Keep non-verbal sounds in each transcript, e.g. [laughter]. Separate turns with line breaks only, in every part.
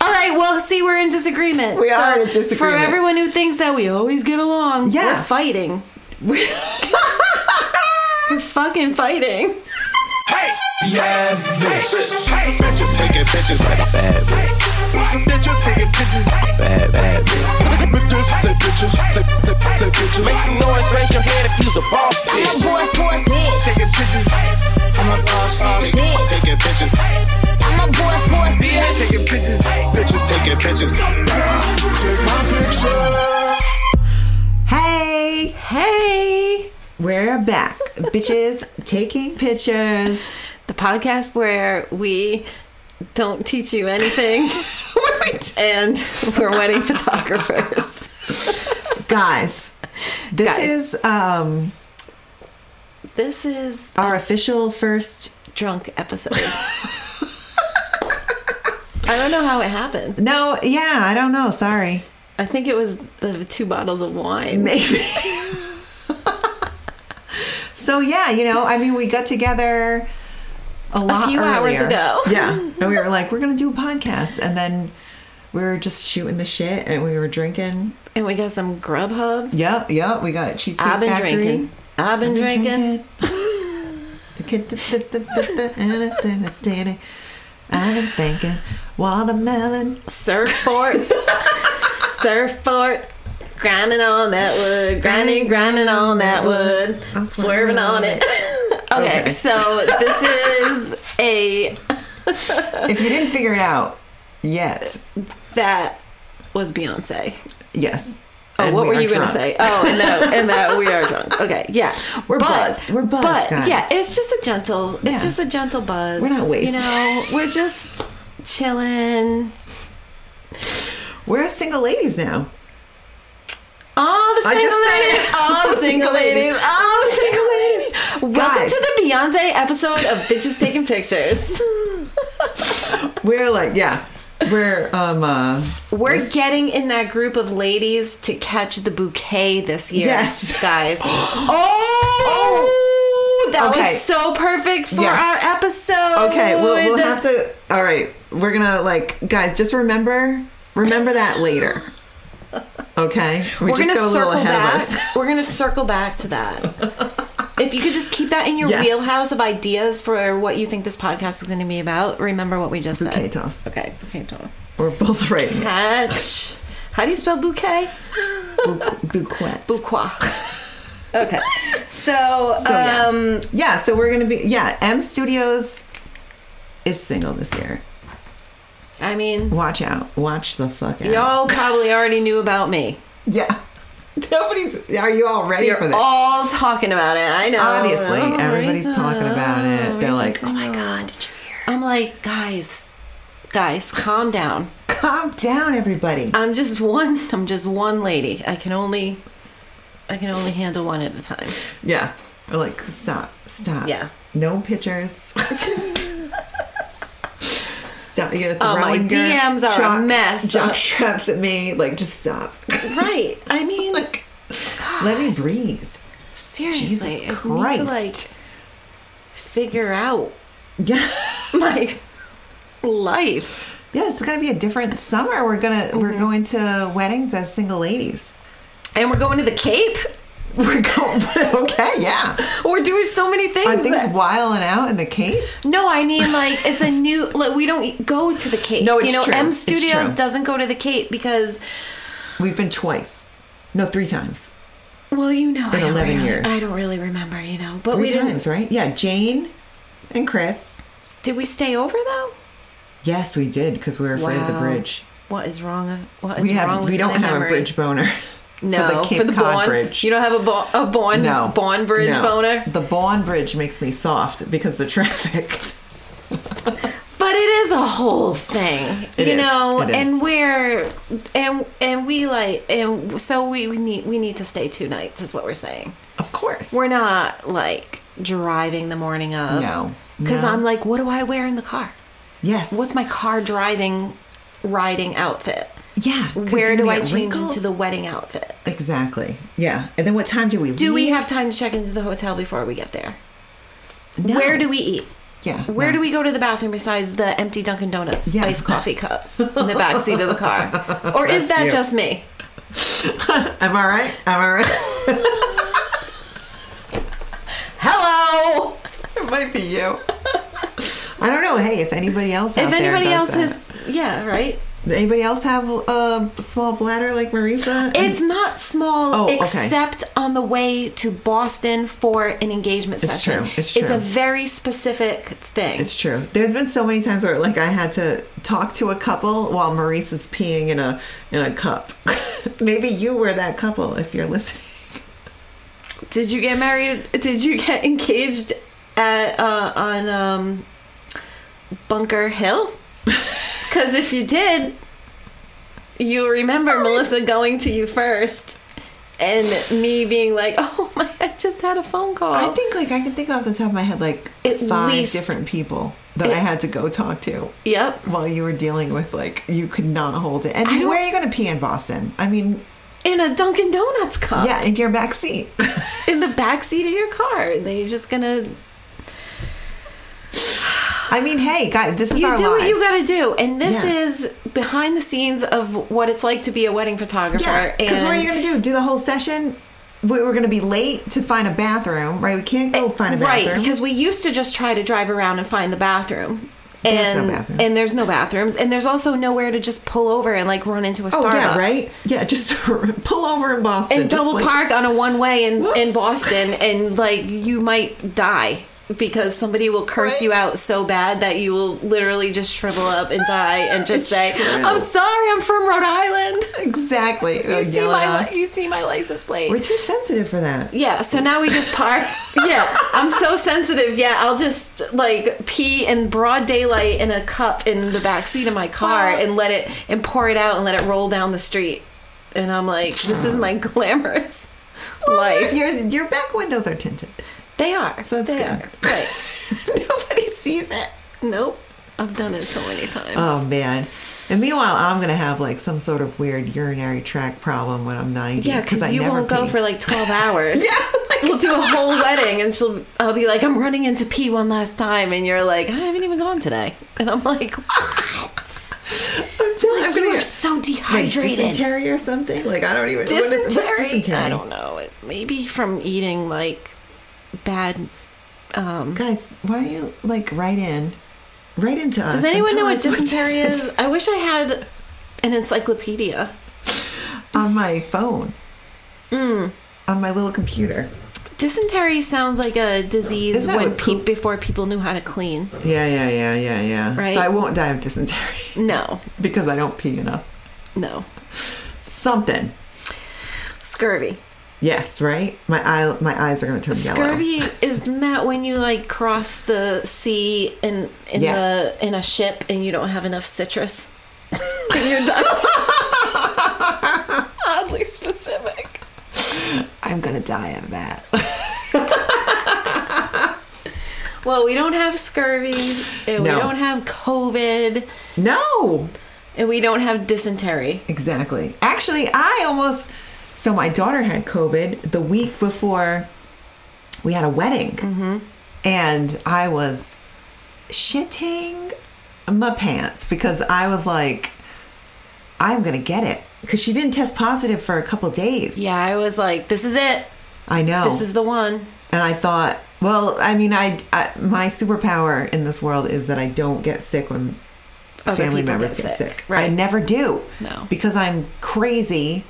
All right, well, see, we're in disagreement.
We are in
For
disagreement.
everyone who thinks that we always get along,
Yeah.
we're fighting. [laughs]
[laughs]
We're fucking fighting.
Yes, bitch. Bet you're taking pictures. Bad, bad. Bet you're taking pictures. Bad, bad. Take pictures. Take, take, take pictures. Make some noise. Raise your hand if you's a boss
I'm a
bitch.
boss, boss bitch.
Taking pictures. I'm a boss
Bitch.
bitch. Taking pictures.
I'm a boss, boss bitch.
Taking pictures. Bitches taking pictures. Take my picture.
Hey,
Hey!
we're back. Bitches taking pictures.
The podcast where we don't teach you
[laughs]
anything and we're wedding photographers.
Guys, this
Guys.
is um
This is
our official first
drunk
[laughs]
episode. I don't know how it happened.
No, yeah, I don't know. Sorry.
I think it was the two bottles of wine.
Maybe. [laughs] so yeah, you know, I mean, we got together a lot
few hours
earlier.
ago.
[laughs] Yeah, and
[laughs]
we were like, we're gonna do a podcast, and then we were just shooting the shit, and we were drinking.
And we got some Grubhub.
Yep, yep. We got cheesecake
I've been
Factory.
drinking. I've been drinking. [laughs]
drinking. I've been thinking watermelon. [laughs]
Surfboard. Surfboard. Grinding on that wood. Grinding, grinding on that wood.
I'm
Swerving on it. [laughs] okay,
Okay.
so this is a.
If you didn't figure it out yet,
That was Beyonce.
yes.
Oh,
And
what
we
were
are
you going to say?
drunk.
Oh, and that, and that we are drunk. Okay, yeah,
[laughs] We're buzzed. We're buzzed,
but
guys.
yeah, it's just a gentle. It's
Yeah.
just a gentle buzz.
We're not
You
wasted.
know, we're just chilling.
We're single ladies now.
All the
I
single
just said
ladies.
it.
All the single ladies. All the
[laughs]
single ladies. Welcome
Guys.
to the Beyonce episode of Bitches Taking Pictures.
We're like, yeah, we're um, uh,
We're getting in that group of ladies to catch the bouquet this year,
Yes. [gasps]
guys. oh, that
Okay.
was so perfect for
Yes.
our episode.
okay. We'll, we'll have to. All right, we're gonna like, guys, just remember, remember that later.
[laughs]
Okay, we
We're
just
gonna
got a little
circle
ahead
back.
of us.
We're gonna circle back to
[laughs]
that. If you could just keep that in your
Yes.
wheelhouse of ideas for what you think this podcast is going to be about, remember what we just
Bouquet
said.
toss.
Okay, bouquet toss.
We're both right.
Catch. How do you spell bouquet?
Bouquet.
Bouquet. [laughs] Okay. So,
So, yeah.
um,
Yeah, so we're gonna be yeah. M Studios is single this year.
I mean,
Watch out. Watch the fuck out.
Y'all probably already knew about me.
Yeah. Nobody's. [laughs] Are you all ready
You're
for this?
all talking about it. I know.
Obviously,
Oh,
everybody's
Risa.
talking about it. They're
Risa's
like, oh my
single.
god, did you hear?
I'm like, guys, guys, calm down.
"Oh Calm down, everybody.
I'm just one. I'm just one lady. I can only, I can only handle one at a time.
Yeah. We're like, stop, stop.
Yeah.
No pictures.
[laughs]
stop. You're
Oh, my
throwing your
DMs are a
jock-
mess.
Jock straps at me. Like, just stop. [laughs]
Right. I mean,
like, let me breathe.
seriously,
Jesus
I need to,
Christ.
like figure out
Yeah. [laughs]
my life.
Yeah, it's gonna be a different summer. We're gonna we're going to weddings as single ladies. [laughs]
And we're going to the Cape.
We're going. [laughs] Okay, yeah.
We're doing so many things.
Are things
that-
wiling out in the Kate?
No, I mean like it's a new. Like we don't go to the Kate.
No, it's
you know
true.
M
It's
Studios
true.
doesn't go to the Kate because
We've been twice. No, three times.
well, you know, I don't
11
really-
years.
I don't really remember, you know. But we
Three
didn't.
times, right? Yeah, Jane and Chris.
Did we stay over though?
Yes, we did because we were afraid of the
Wow.
bridge.
What is wrong? What is
We
wrong
have.
with
We don't
my
have
memory?
a bridge boner. [laughs]
No,
for the Cape Cod
Bond
bridge.
You don't have a bo- a bond
no
bond bridge
no.
boner.
The Bond bridge makes me soft because the [laughs] traffic.
But it is a whole thing,
It
you
is.
know.
It is.
And we're and and we like and so we, we need we need to stay two nights is what we're saying.
Of course.
We're not like driving the morning of.
No.
because
No.
I'm like, what do I wear in the car?
yes.
What's my car driving riding outfit?
yeah? 'cause
Where
you're
do
gonna
I
get
change
wrinkles.
into the wedding outfit?
Exactly. Yeah. And then what time do we?
Do we
leave?
have time to check into the hotel before we get there?
No.
Where do we eat?
Yeah.
Where
no.
do we go to the bathroom besides the empty Dunkin' Donuts
Yeah.
iced coffee
[laughs]
cup in the back seat of the car? Or is that
you.
just me?
I'm all right. I'm all right.
Hello.
[laughs] it might be you. I don't know. Hey, if anybody else, out
if
there
anybody
does
else
that.
is, yeah, right.
Does anybody else have a small bladder like Marisa?
It's not small,
Oh, okay.
except on the way to Boston for an engagement
It's
session.
true. It's
a
true.
very specific thing.
It's true. There's been so many times where like I had to talk to a couple while Maurice is peeing in a in a cup. [laughs] Maybe you were that couple if you're listening.
Did you get married? Did you get [laughs] engaged at uh, on um, Bunker Hill?
[laughs]
Because if you did, you'll remember Melissa going to you first, and me being like, [laughs] "Oh my, I just had a phone call."
I think like I can think off the top of my head like
Oh. At
five
least-
different people that I
It-
had to go talk to
Yep.
while you were dealing with like you could not hold it. And
I don't-
where are you going to pee in Boston? I mean,
In a Dunkin' Donuts cup.
yeah, in your back seat.
In the back seat of your car, and then you're just gonna
I mean, hey, guys, this is
you
our
do what you
lives.
gotta do, and this
Yeah.
is behind the scenes of what it's like to be a wedding photographer.
Yeah, because
and
what are you going to do? Do the whole session? We were going to be late to find a bathroom, right? We can't go Oh, find a
right
bathroom.
because we used to just try to drive around and find the bathroom
There's no
and
bathrooms.
and there's no bathrooms and there's also nowhere to just pull over and like run into a Starbucks
Oh yeah, right. Yeah, just [laughs] pull over in Boston
and
Just,
double
like-
park on a one way in in
Whoops. [laughs]
Boston and like you might die because somebody will curse you out so bad that you will literally just shrivel up and die and just
[laughs] It's
say
true.
I'm sorry I'm from Rhode Island [laughs]
Exactly.
you
They'll
see
yell at
my
us.
li- you see my license plate
We're too sensitive
[laughs]
for that.
Yeah, so now we just
[laughs]
park. yeah, I'm so sensitive. Yeah, I'll just like pee in broad daylight in a cup in the back seat of my car and let it and pour it out and let it roll down the street. And I'm like, this is my [laughs] glamorous life.
Your your back windows are tinted. [laughs]
They are.
So that's
they
good.
Are. Right.
Nobody sees it.
Nope. I've done it so many times.
Oh man. And meanwhile, I'm gonna have like some sort of weird urinary tract problem when I'm 90.
yeah, because
I
you
never
won't go
pee.
for like
[laughs]
12 hours. yeah. We'll do a whole wedding, and she'll. I'll be like, I'm running into pee one last time, and you're like, I haven't even gone today, and I'm like, what?
I'm, telling-
Like,
I'm
you
gonna
are
get,
so
like,
dehydrated.
dysentery or something. Like I don't even. what is- what's
Dysentery?
dysentery?
I don't know. It- Maybe from eating like bad. Um,
Guys, why don't you like write in, write into us?
does
and
anyone know
tell
what
us what [laughs]
dysentery is? I wish I had an encyclopedia.
on my phone.
Hmm.
On my little computer.
Dysentery sounds like a disease
Isn't that
when
what
pe-
poop-
before people knew how to clean.
Yeah, yeah, yeah, yeah, yeah.
Right?
So I won't die of dysentery [laughs]
No,
because I don't pee enough.
no,
Something.
scurvy.
Yes, right? My eye my eyes are gonna turn
Scurvy
yellow.
isn't that when you like cross the sea in in
Yes.
the in a ship and you don't have enough citrus? [laughs] and you're
[laughs]
done. Oddly specific.
I'm gonna die of that.
Well, we don't have scurvy, and
No.
we don't have COVID,
no.
and we don't have dysentery.
Exactly. Actually I almost so my daughter had COVID the week before we had a wedding. And I was shitting my pants because I was like, I'm gonna get it. Because she didn't test positive for a couple days.
Yeah, I was like, this is it.
I know.
This is the one.
and I thought, well, I mean, I, I- my superpower in this world is that I don't get sick when
Other
family
people
members
get
get sick.
sick, right.
I never do.
No.
because I'm crazy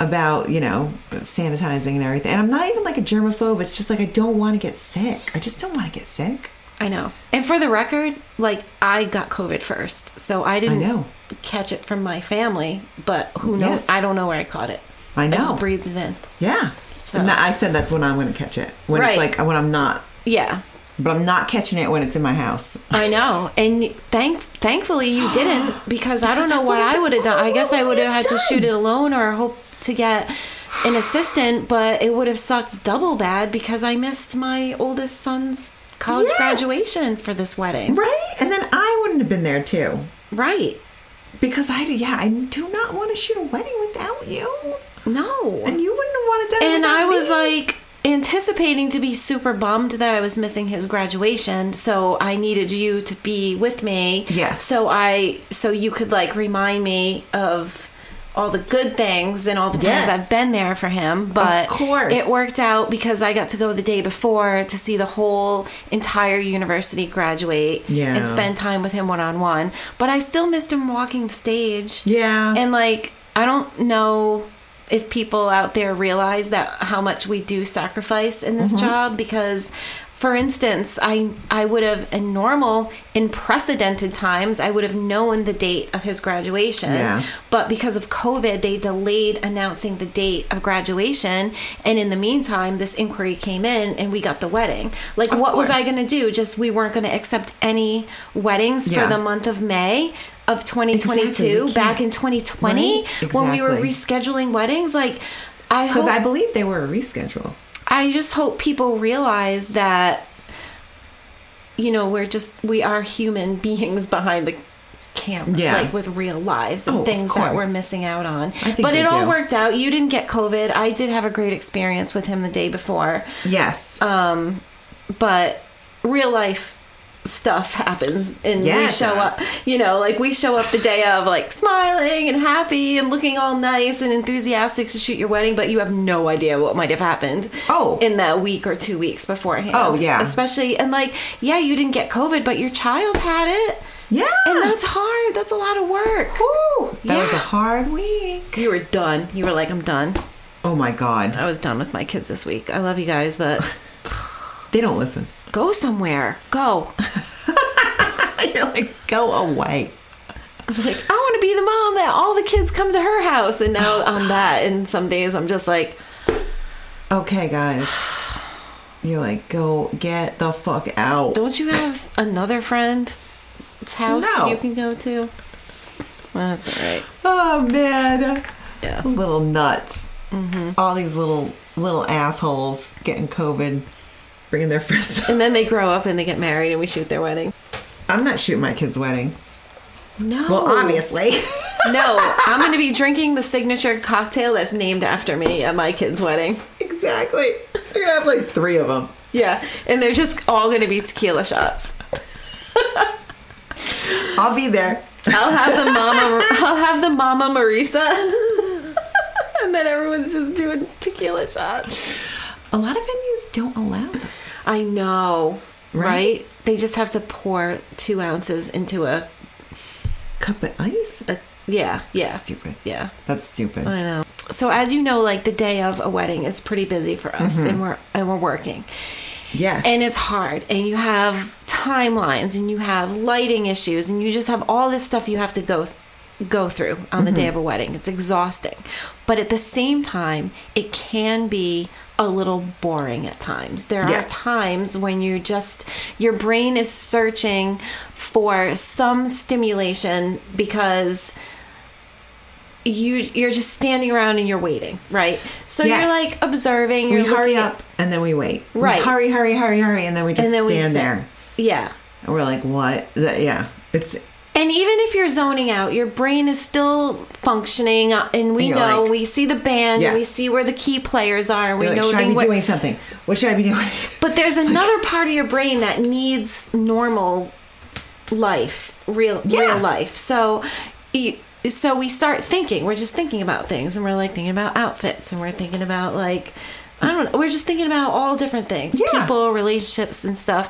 about you know sanitizing and everything, and I'm not even like a germaphobe. It's just like I don't want to get sick. I just don't want to get sick.
I know. And for the record, like I got COVID first, so I didn't
know.
catch it from my family. But who knows?
Yes.
I don't know where I caught it.
I know.
I just breathed it in.
Yeah,
So-
and that, I said that's when I'm going to catch it. When it's
Right.
like when I'm not,
Yeah,
but I'm not catching it when it's in my house.
I know. And thank thankfully you didn't
[gasps]
because, I don't
Because I
know what I would
would've-
have done. I guess I
what
would have
would've
had to
done?
shoot it alone or hope to get an assistant, but it would have sucked double bad because I missed my oldest son's college
Yes.
graduation for this wedding.
Right, and then I wouldn't have been there too.
Right.
Because I, yeah, I do not want to shoot a wedding without you.
No.
And you wouldn't have wanted to.
and I was like anticipating to be super bummed that I was missing his graduation, so I needed you to be with me.
Yes.
So I so you could like remind me of all the good things and all the times
Yes.
I've been there for him, but
course.
it worked out because I got to go the day before to see the whole entire university graduate
Yeah.
and spend time with him one on one. But I still missed him walking the stage.
Yeah.
And like, I don't know if people out there realize that how much we do sacrifice in this
Mm-hmm.
job because for instance, I I would have in normal unprecedented times I would have known the date of his graduation.
Yeah.
But because of COVID, they delayed announcing the date of graduation and in the meantime this inquiry came in and we got the wedding. Like
Of
what was I
course.
going to do? Just we weren't going to accept any weddings
Yeah.
for the month of May of 2022
Exactly, we
back
can't.
in 2020
Right?
when we were
Exactly.
rescheduling weddings like i hope
because I believe they were a reschedule.
I just hope people realize that you know we're just we are human [laughs] beings behind the camera
Yeah.
like with real lives
Oh,
and
of
things that we're
course.
missing out on
think
but
they
it all
do.
worked out you didn't get covid i did have a great experience with him the day before
Yes.
Uh, but real life stuff happens and
Yeah,
we
it
show
does.
up you know like we show up the day of like smiling and happy and looking all nice and enthusiastic to shoot your wedding but you have no idea what might have happened
Oh.
in that week or two weeks beforehand
Oh, yeah.
especially and like yeah you didn't get covid but your child had it
yeah.
and that's hard that's a lot of work
Woo! That was a
Yeah.
hard week.
you were done you were like i'm done
Oh my God.
i was done with my kids this week i love you guys
[laughs]
but
They don't listen. [laughs]
go somewhere go
You're like, go away.
like, I want to be the mom that all the kids come to her house. And now on that, and some days I'm just like, [sighs]
Okay, guys. You're like, go get the fuck out.
don't you have another friend's house
No.
you can go to? Well, that's all right.
Oh man.
Yeah. Mm-hmm.
Little nuts. All these little little assholes getting COVID, bringing their [laughs] friends.
And then they grow up and they get married and we shoot their wedding.
I'm not shooting my kid's wedding.
No.
Well, obviously. [laughs]
no, I'm going to be drinking the signature cocktail that's named after me at my kid's wedding.
exactly. You're gonna have like three of them.
Yeah. And they're just all going to be tequila shots.
I'll be there.
I'll have the mama. I'll have the mama Marisa, [laughs] and then everyone's just doing tequila shots.
A lot of venues don't allow them.
I know, right?
Right?
They just have to pour two ounces into a,
Cup of ice?
a yeah, yeah,
Stupid.
yeah.
That's stupid.
I know. So as you know, like the day of a wedding is pretty busy for us, and we're and we're working.
Yes.
and it's hard and you have timelines and you have lighting issues and you just have all this stuff you have to go go through on the
Mm-hmm.
day of a wedding it's exhausting but at the same time it can be a little boring at times there
Yeah.
are times when you're just your brain is searching for some stimulation because you you're just standing around and you're waiting right so
Yes.
you're like observing
we
you're
hurry
looking at-
up and then we wait. We
Right.
hurry, hurry, hurry, hurry, and then we just
and then we
stand
sit.
there.
yeah
And we're like, what? That- yeah. It's
And even if you're zoning out, your brain is still functioning, uh, and we
You're
know
like-
we see the band,
Yeah.
and we see where the key players are, and we
you're like,
know
should I
they
be
what-
doing something? What should I be doing? [laughs]
But there's another part of your brain that needs normal life, real
Yeah.
real life. So. You, so we start thinking. We're just thinking about things, and we're like thinking about outfits, and we're thinking about like I don't know. We're just thinking about all different things,
Yeah.
people, relationships, and stuff.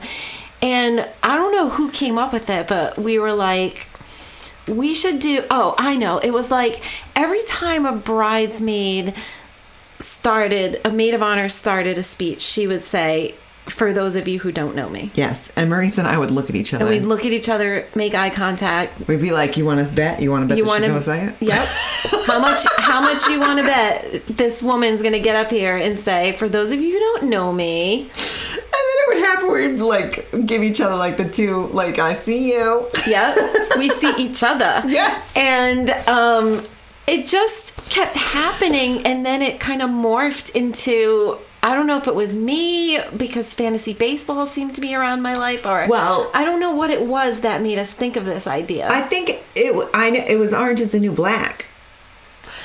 And I don't know who came up with it, but we were like, we should do. Oh, I know. It was like every time a bridesmaid started, a maid of honor started a speech, she would say, "For those of you who don't know me."
Yes. And Maurice and I would look at each other.
And we'd look at each other, make eye contact,
We'd be like, "You want to bet? You want to bet
you
that
want
she's
to
going to say it?"
Yep. how much? How much you want to bet this woman's going to get up here and say? For those of you who don't know me,
[laughs] And then it would happen. We'd like give each other like the two, like, "I see you."
yep, we see each other.
[laughs] Yes.
And um, it just kept happening, and then it kind of morphed into. I don't know if it was me because fantasy baseball seemed to be around my life, or
Well-
I don't know what it was that made us think of this idea.
I think it. w- I know it was Orange Is the New Black.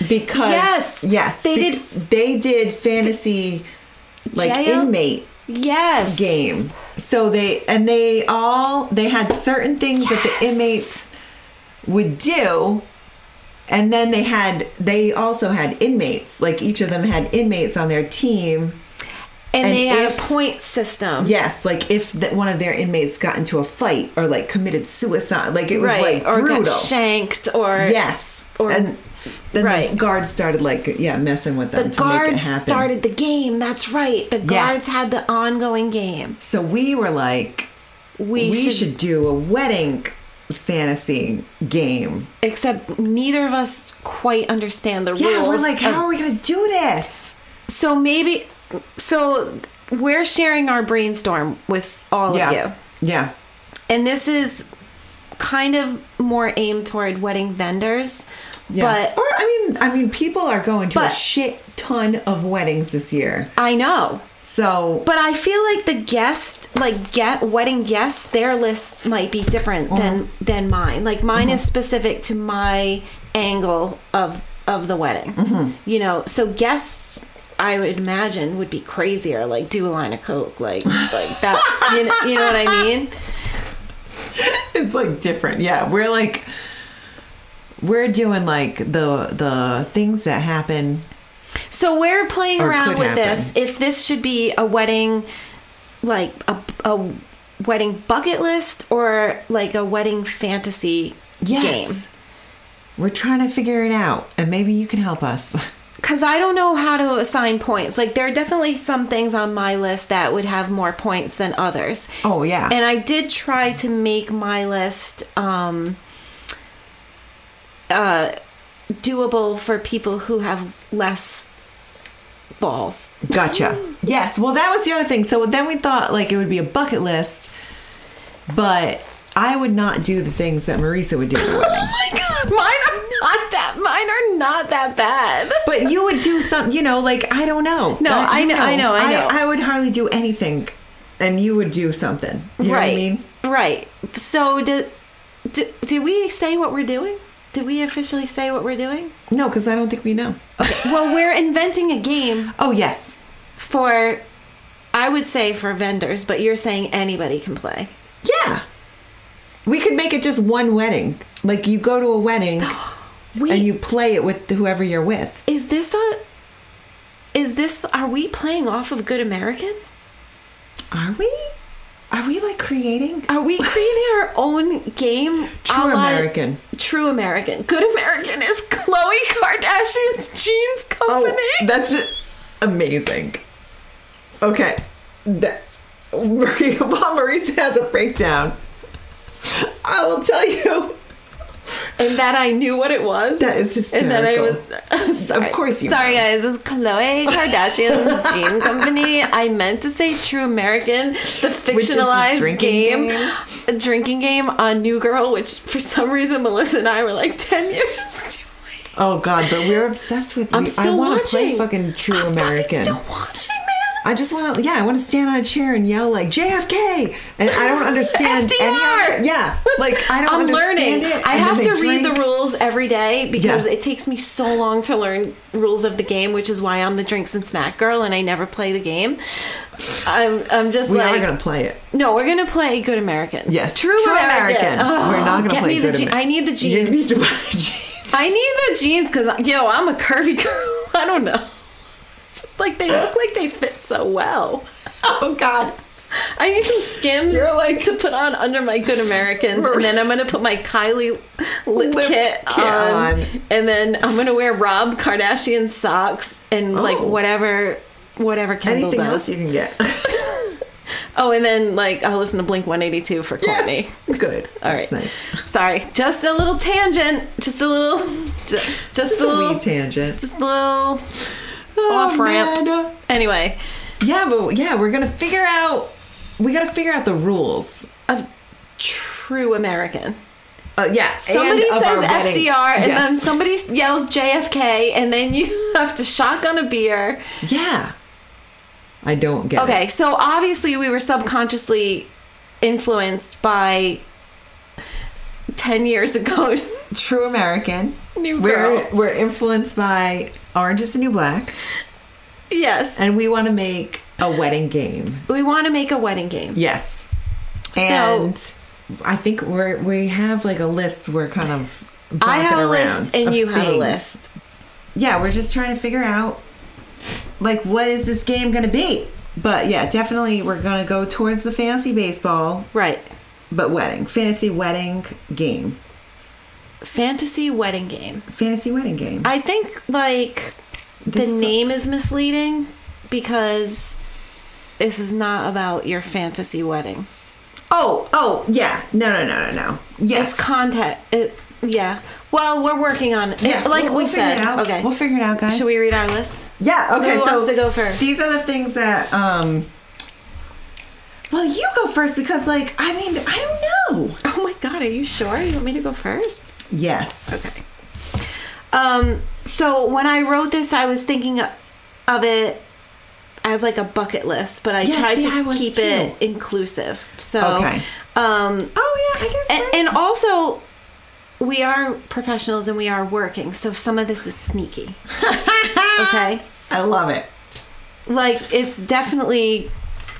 Because
Yes.
yes,
They
be-
did-
They did fantasy, like
Jail?
inmate
yes,
game. So they and they all they had certain things that the
Yes.
inmates would do. And then they had they also had inmates. Like each of them had inmates on their team
and,
and
they had
if-
a point system.
Yes, like if th one of their inmates got into a fight or like committed suicide, like it was
right,
like
or
brutal.
got shanked, or
yes,
or-
and then the
right.
guards started like yeah messing with
the
them to make it
guards
happen.
started the game. That's right. The guards
Yes.
had the ongoing game.
so we were like,
We,
we,
should,
should, do a wedding fantasy game.
except neither of us quite understand the
Yeah,
rules.
we're like,
of-
how are we gonna do this?
so maybe, so we're sharing our brainstorm with all
yeah,
of you,
yeah,
and this is kind of more aimed toward wedding vendors,
yeah.
but
or I mean, I mean, people are going to a
But-
shit ton of weddings this year,
I know.
so
But I feel like the guest, like get wedding guests, their list might be different
Mm-hmm.
than than mine. Like mine is specific to my angle of of the wedding.
Mm-hmm.
You know, so guests I would imagine would be crazier. Like do a line of coke, like like that. you, know, you know what I mean?
[laughs] it's like different. Yeah, we're like we're doing like the the things that happen.
So we're playing
Or
around
could
with
happen.
this. If this should be a wedding, like a, a wedding bucket list or like a wedding fantasy game.
Yes. We're trying to figure it out, and maybe you can help us. [laughs]
because I don't know how to assign points. Like there are definitely some things on my list that would have more points than others.
Oh, yeah.
And I did try to make my list um, uh, doable for people who have less balls.
Gotcha. yes. Well, that was the other thing. So then we thought like it would be a bucket list, but I would not do the things that Marisa would do at a wedding.
Oh my god, mine are not that. Mine are not that bad.
But you would do some, you know, like I don't know.
No, I
you
know- I know, I know.
I, would hardly do anything, and you would do something. You know what I mean?
Right. So did, did did we say what we're doing? Did we officially say what we're doing?
No, because I don't think we know.
Okay. Well, we're inventing a game
Oh yes.
for I would say for vendors, but you're saying anybody can play.
Yeah. We could make it just one wedding. Like you go to a wedding
[gasps] We
and you play it with whoever you're with.
is this a is this are we playing off of Good American?
Are we? Are we like creating?
Are we creating our own game? a
True
la-
American.
True American. Good American is Khloe Kardashian's jeans
Oh,
company.
that's it. amazing. Okay. That, Maria, [laughs] while Marisa has a breakdown, I will tell you
and that I knew what it was.
That is
And then I was, [laughs] I'm sorry.
Of course you
Sorry,
know.
guys. This is Khloe
[laughs]
Kardashian's jean company. I meant to say True American, the
Which is a
fictionalized
drinking
game,
game.
a drinking game on New Girl, which for some reason Melissa and I were like ten years [laughs] too late.
Oh God, but we're obsessed with.
I'm
we- I
still
want to
watching.
play fucking True
I'm fucking
American.
Still watching, man.
I just want to, yeah, I want to stand on a chair and yell like JFK, and I don't
[laughs]
understand any
SDR.
of it. Yeah, like I don't
I'm
understand
learning.
it.
I
and
have
then
to
they
read the
drink.
rules every day because
Yeah.
it takes me so long to learn rules of the game, which is why I'm the drinks and snack girl and I never play the game. I'm I'm just
We
like
are gonna play it.
No, we're gonna play Good American.
Yes,
True, American.
We're not gonna
Oh,
play
Get
Good
me the
Amer-
jean. I need the
You
jeans.
need to buy the jeans.
I need the jeans because yo, I'm a curvy [laughs] girl. I don't know. Just like they look like they fit so well.
Oh God.
I need some Skims
You're like-
to put on under my Good Americans, and then I'm gonna put my Kylie lip,
Lip
kit,
kit
on,
on.
and then I'm gonna wear Rob Kardashian socks and like
Oh.
whatever, whatever Kendall
Anything
does.
else you can get? [laughs]
oh, and then like I'll listen to Blink 182 for Courtney.
Good.
All right.
That's nice. [laughs]
Sorry, just a little tangent. Just a little. ju- Just,
Just
a
a
little.
wee tangent.
just a little
Oh,
off ramp.
man.
Anyway,
Yeah, but yeah, we're gonna figure out. We gotta figure out the rules of.
true American.
Uh, yeah.
Somebody
and of
says
our wedding.
FDR, and
Yes.
then somebody yells JFK, and then you [laughs] have to shotgun a beer.
Yeah. I don't get.
Okay,
It.
so obviously we were subconsciously influenced by ten years ago. [laughs]
True American.
New
we're
Girl.
we're influenced by Orange Is the New Black,
yes,
and we want to make a wedding game.
we want to make a wedding game.
Yes. And I think we're we have like a list. We're kind of
I have
bonking
a
around
list, and
of
you have a
things.
list.
Yeah, we're just trying to figure out like what is this game gonna be. But yeah, definitely we're gonna go towards the fantasy baseball,
Right.
but wedding fantasy wedding game,
Fantasy wedding game.
fantasy wedding game.
I think like
This
the
is-
name is misleading because this is not about your fantasy wedding.
oh, oh yeah, no, no, no, no, no. Yes,
It's content. It, yeah. Well, we're working on it.
Yeah,
like
we'll-
we
we'll figure
said.
it out.
Okay.
We'll figure it out, guys.
Should we read our list?
Yeah. Okay.
Who
so
wants to go first?
These are the things that. um Well, you go first because, like, I mean, I don't know.
Oh my god, are you sure? You want me to go first?
Yes. Okay.
Um so when I wrote this, I was thinking of it as like a bucket list, but I
Yeah,
tried
see, I
to
was
keep
too.
it inclusive. So
Okay.
um
Oh yeah, I guess.
and,
right.
and also we are professionals and we are working so some of this is
[laughs]
sneaky okay
I love it.
like it's definitely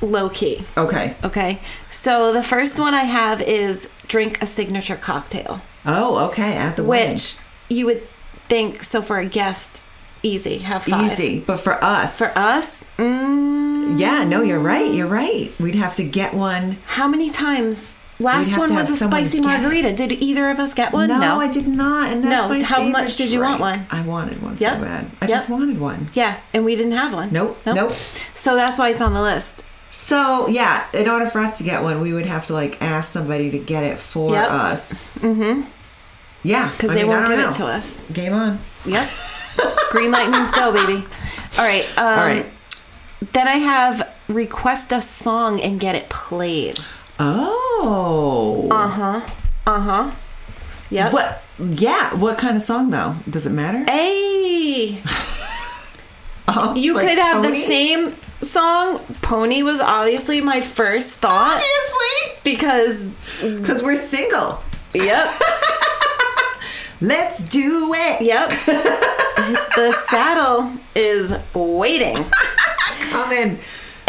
low key
Okay.
okay so the first one i have is drink a signature cocktail
Oh, okay. At the wedding.
which you would think so for a guest easy have five
easy, but for us,
for us mm,
yeah. No, you're right. You're right. We'd have to get one.
how many times
We'd
last
have
one
to
was
have
a
someone
spicy
get-
margarita did either of us get one
No, I did not. And that's
Oh, No,
my
how
favorite
much did you want one?
drink. I wanted one
Yep.
so bad. I
Yep.
just wanted one.
yeah and we didn't have one
Nope, nope.
so that's why it's on the list
So yeah, in order for us to get one, we would have to like ask somebody to get it for
Yep.
us. Mm-hmm. Yeah,
because
I
they
mean, I
won't
don't
give
know.
it to us.
Game on.
Yep. Green light means go, baby. All right. Um,
[laughs] All right.
Then I have request a song and get it played.
Oh.
Uh huh. Uh huh. Yep.
What? Yeah. What kind of song though? Does it matter? [laughs]
Hey. You
Oh, like
could have the
Pony?
same song. Pony was obviously my first thought
Obviously,
because,
because we're single.
yep,
Let's do it. [laughs]
yep. the saddle is waiting.
Come in.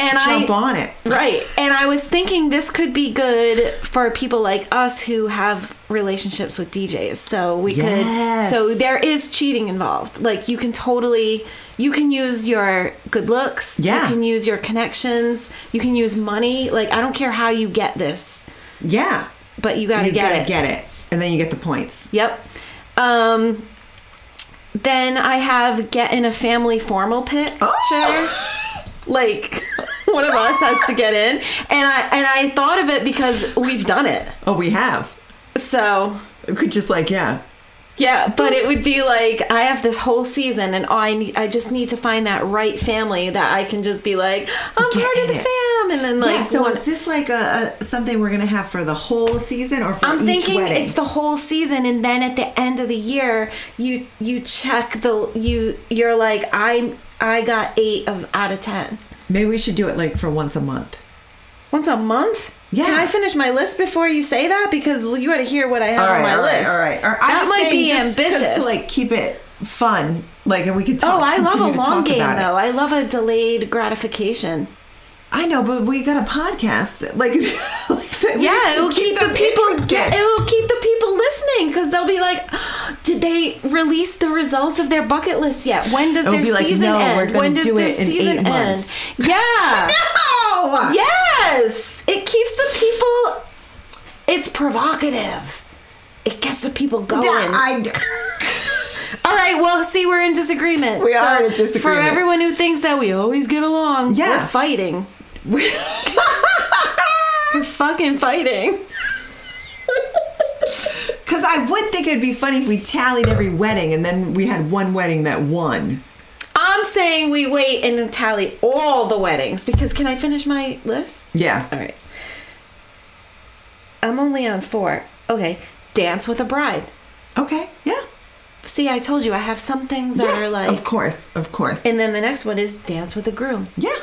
And I-
jump on it.
Right. And I was thinking this could be good for people like us who have relationships with DJs. So we
Yes.
could so there is cheating involved. Like you can totally you can use your good looks,
Yeah.
you can use your connections, you can use money. Like I don't care how you get this,
Yeah.
but you got to
you
get
gotta
it.
get it, and then you get the points.
Yep. Um then I have get in a family formal picture.
Oh!
Like [laughs] one of us has to get in. And I and I thought of it because we've done it.
Oh, we have.
So
We could just like yeah.
yeah, but it would be like I have this whole season, and all I need, I just need to find that right family that I can just be like, I'm
Get
part of
in
the
it.
fam, and then like,
yeah, so
one-
is this like a, a something we're gonna have for the whole season or for
I'm
each
thinking
wedding?
it's the whole season, and then at the end of the year, you you check the you you're like I I got eight of out of ten.
Maybe we should do it like for once a month.
Once a month.
Yeah.
Can I finish my list before you say that? Because you got to hear what I have on my
all right,
list.
all right. Or I'm
that
just
might
saying
be
just 'cause
ambitious.
to like keep it fun. Like, and we could talk.
oh, I love
continue
a
to
long
talk
game
about it.
though. I love a delayed gratification.
I know, but we got a podcast. Like, [laughs] like that we
Yeah,
can [laughs]
it'll keep, the people.
interested.
It'll keep the people listening because they'll be like, [gasps] "Did they they release the results of their bucket list yet? When does
It would
their
be like,
season
no,
end?
we're gonna
when does
do
their
it in
season
eight months.
end? [laughs] Yeah.
[laughs] No!
Yes. It keeps the people. It's provocative. It gets the people going.
I, [laughs]
All right. Well, see, we're in disagreement.
We are in a
For
disagreement.
everyone who thinks that we always get along,
Yeah.
we're fighting. we're fucking fighting.
Because I would think it'd be funny if we tallied every wedding and then we had one wedding that won.
I'm saying we wait and tally all the weddings because can I finish my list?
Yeah.
All right. I'm only on four. Okay. Dance with a bride.
Okay. Yeah.
See, I told you I have some things that are
Yes.
like.
of course. Of course.
And then the next one is dance with a groom,
yeah.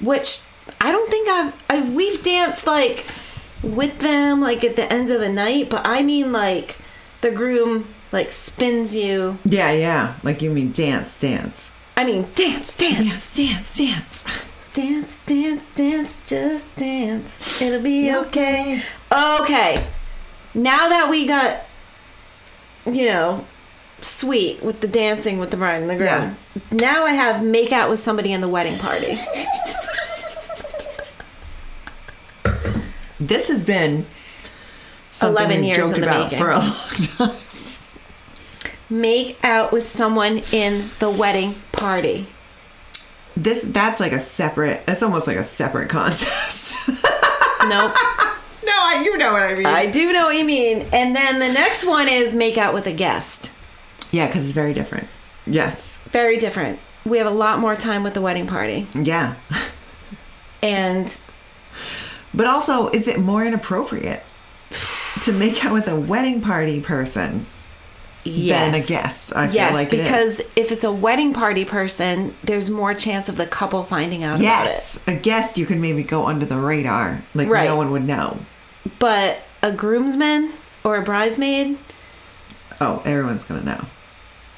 which I don't think I've, I've we've danced like with them like at the end of the night, but I mean like the groom like spins you.
Yeah. Yeah. Like you mean dance, dance,
I mean dance, dance,
dance, dance.
Dance, dance, dance, just dance. It'll be okay. Okay. Now that we got, you know, sweet with the dancing with the bride and the groom,
Yeah.
now I have make out with somebody in the wedding party.
This has been something
11
we've
years
joked
in the
about
making.
for a [laughs]
make out with someone in the wedding party.
this. That's like a separate. It's almost like a separate contest. [laughs]
Nope.
no, I, you know what I mean.
I do know what you mean. And then the next one is make out with a guest.
yeah, because it's very different. Yes.
Very different. We have a lot more time with the wedding party.
Yeah.
And
But also, is it more inappropriate to make out with a wedding party person
yes.
than a guest? I
yes,
feel like it is.
because if it's a wedding party person, there's more chance of the couple finding out
Yes, a guest you can maybe go under the radar, like
Right.
no one would know.
about it. But a groomsman or a bridesmaid,
Oh, everyone's gonna know.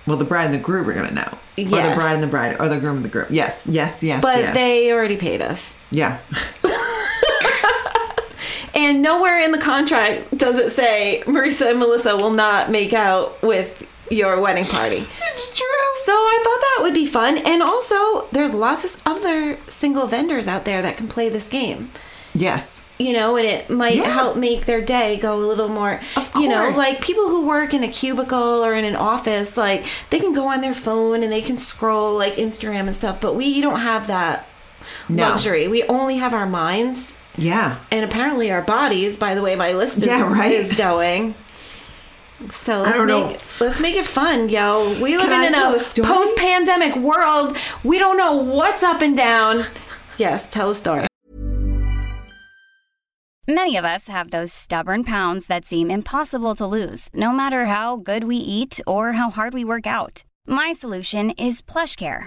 Well, the bride and the groom are gonna know, or the
Yes.
bride and the bride, or the groom and the groom. Yes, yes, yes.
but
yes.
they already paid us.
yeah, [laughs]
And nowhere in the contract does it say Marisa and Melissa will not make out with your wedding party.
[laughs] it's true.
So I thought that would be fun. And also, there's lots of other single vendors out there that can play this game.
Yes,
you know, and it might
Yeah.
help make their day go a little more.
Of
You know,
course.
like people who work in a cubicle or in an office, like they can go on their phone and they can scroll like Instagram and stuff, but we don't have that
No.
luxury. We only have our minds
yeah.
and apparently our bodies, by the way my list is,
Yeah, right.
is [laughs] going. So let's
don't
make
know.
let's make it fun, yo. We live
Can I
in
tell
a
a story?
post-pandemic world. We don't know what's up and down. Yes, tell a story.
Many of us have those stubborn pounds that seem impossible to lose, no matter how good we eat or how hard we work out. My solution is PlushCare.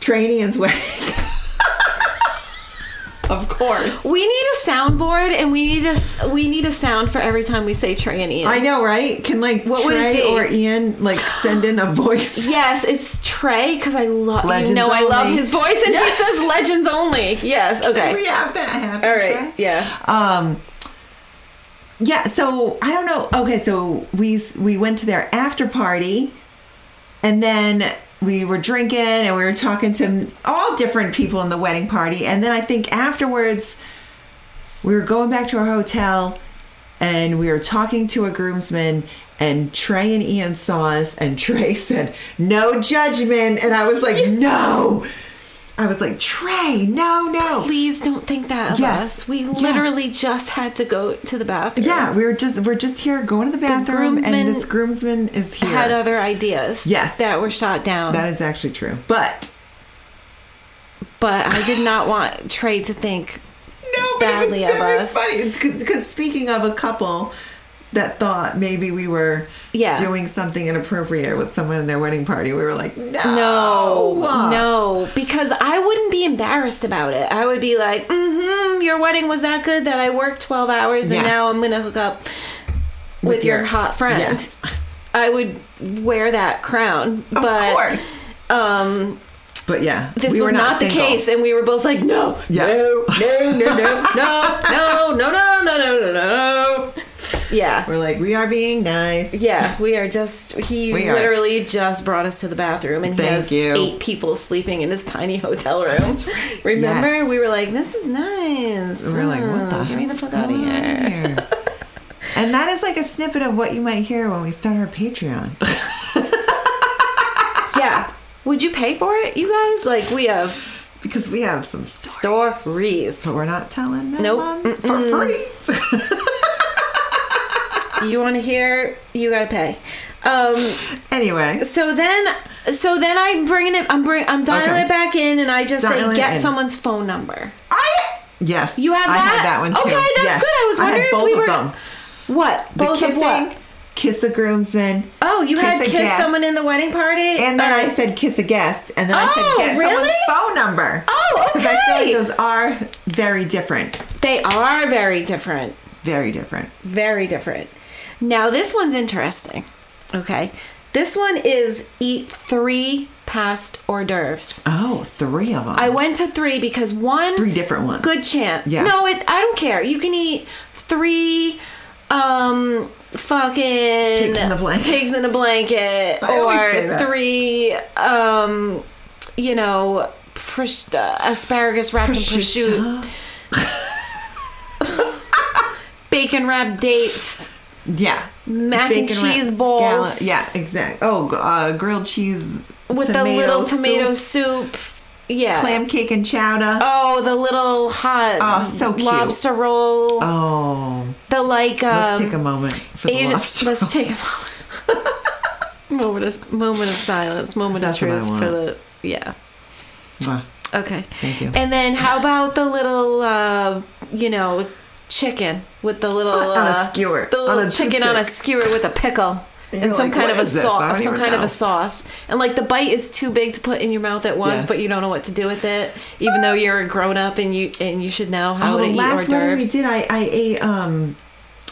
Tranian's wedding. [laughs] of course.
We need a soundboard, and we need a we need a sound for every time we say tranny.
I know, right? Can like
What would it
Trey
be?
or Ian like send in a voice?
Yes, it's Trey because I love you
Legends
know I love
only.
his voice, and
Yes.
he says legends only. Yes, okay,
[laughs] We have that happen.
all right,
Trey.
yeah.
Um, yeah. So I don't know. Okay. So we we went to their after party, and then we were drinking and we were talking to all different people in the wedding party, and then I think afterwards we were going back to our hotel, and we were talking to a groomsman. And Trey and Ian saw us, and [laughs] Trey said, "No judgment," and I
[laughs]
was like, "No." I was like, "Trey, no, no."
Please don't think that of
Oh. Yes.
us. We
Yeah.
literally just had to go to the bathroom.
Yeah, we were just we're just here going to the bathroom,
groomsman
and this groomsman is here.
had other um, ideas.
Yes.
that were shot down.
that is actually true, but
but I did not want Trey to think
no,
badly of us.
Because speaking of a couple that thought maybe we were
Yeah.
doing something inappropriate with someone in their wedding party, we were like, no,
No,
Oh.
no, because I wouldn't be embarrassed about it. I would be like, mm-hmm, your wedding was that good that I worked 12 hours and
Yes.
now I'm going to hook up with, your,
your-
hot friend.
Yes.
I would wear that crown.
of
but,
course.
Um,
But yeah,
this
we were
was not, the
single.
case. And we were both like, no,
[gasps] Yeah.
no, no, no, no, no, no, no, no, no, no, no, no. Yeah.
[laughs] We're like, we are being nice.
Yeah, we are just. He
We are-
literally just brought us to the bathroom, and he
Thank
has
you.
eight people sleeping in his tiny hotel room. Remember,
Yes.
we were like, "This is nice."
We We're like, what the?
Oh, Get me the
heck's
fuck out of
going on
here.
here? [laughs] and that is like a snippet of what you might hear when we start
[laughs]
our Patreon.
Yeah. Would you pay for it, you guys? Like, we have
because we have some stories,
stories.
but we're not telling them
Nope.
on for free. [laughs]
You want to hear? You gotta pay. Um,
anyway,
so then, so then I'm bringing it. I'm bring. I'm dialing
Okay.
it back in, and I just
Dial
say,
it
"Get
in.
someone's phone number."
I yes,
You have
I
that?
had that one too.
Okay, that's
Yes.
good. I was
had
wondering if
both
we
of
were-
them.
What?
the
Both
kissing,
of what?
kiss a groomsman.
Oh, you had
a
kissed
guest,
someone in the wedding party,
and then
All
I
right.
said kiss a guest, and then I
Oh,
said get
really?
someone's phone number. [laughs]
Oh,
because I feel
okay.
like those are very different,
they are very different.
very different.
Very different. Now, this one's interesting. Okay. This one is eat three past hors d'oeuvres.
Oh, three of them.
I went to three because one.
three different ones.
Good chance.
Yeah.
No, it, I don't care. You can eat three um fucking pigs
in a blanket.
pigs in a blanket
I always say
or
that.
three um you know pros- uh, asparagus wrapped in prosciutto
[laughs] Prosciutto.
bacon wrapped dates
Yeah.
Mac and
Bacon wrapped
cheese balls.
scallop- Yeah, exactly. Oh, uh, grilled cheese
with the
tomato
little tomato
soup,
soup. Yeah.
clam cake and chowder. Oh,
Oh, the little hot
Oh, so cute. Ah.
lobster roll. the like um,
Oh, let's take a moment for the
Asian-
lobster.
Let's
[laughs]
take a moment. [laughs] moment of moment of silence. Moment of
That's what I
truth for
want.
the yeah.
Mwah.
Okay. Thank
you.
And then how about the little uh, you know chicken with the little
[laughs] On- on a
uh,
skewer.
the
On
little
a
chicken on a
toothpick.
skewer with a pickle.
And
And
you're
some
like,
kind
"What
of a
is this? I
sauce,
don't
some
even
kind of
know."
a sauce, and like the bite is too big to put in your mouth at once,
Yes.
but you don't know what to do with it, even though you're a grown up and you and you should know how
Oh,
to
the
eat hors
last one we
d'oeuvres.
did, I, I ate um,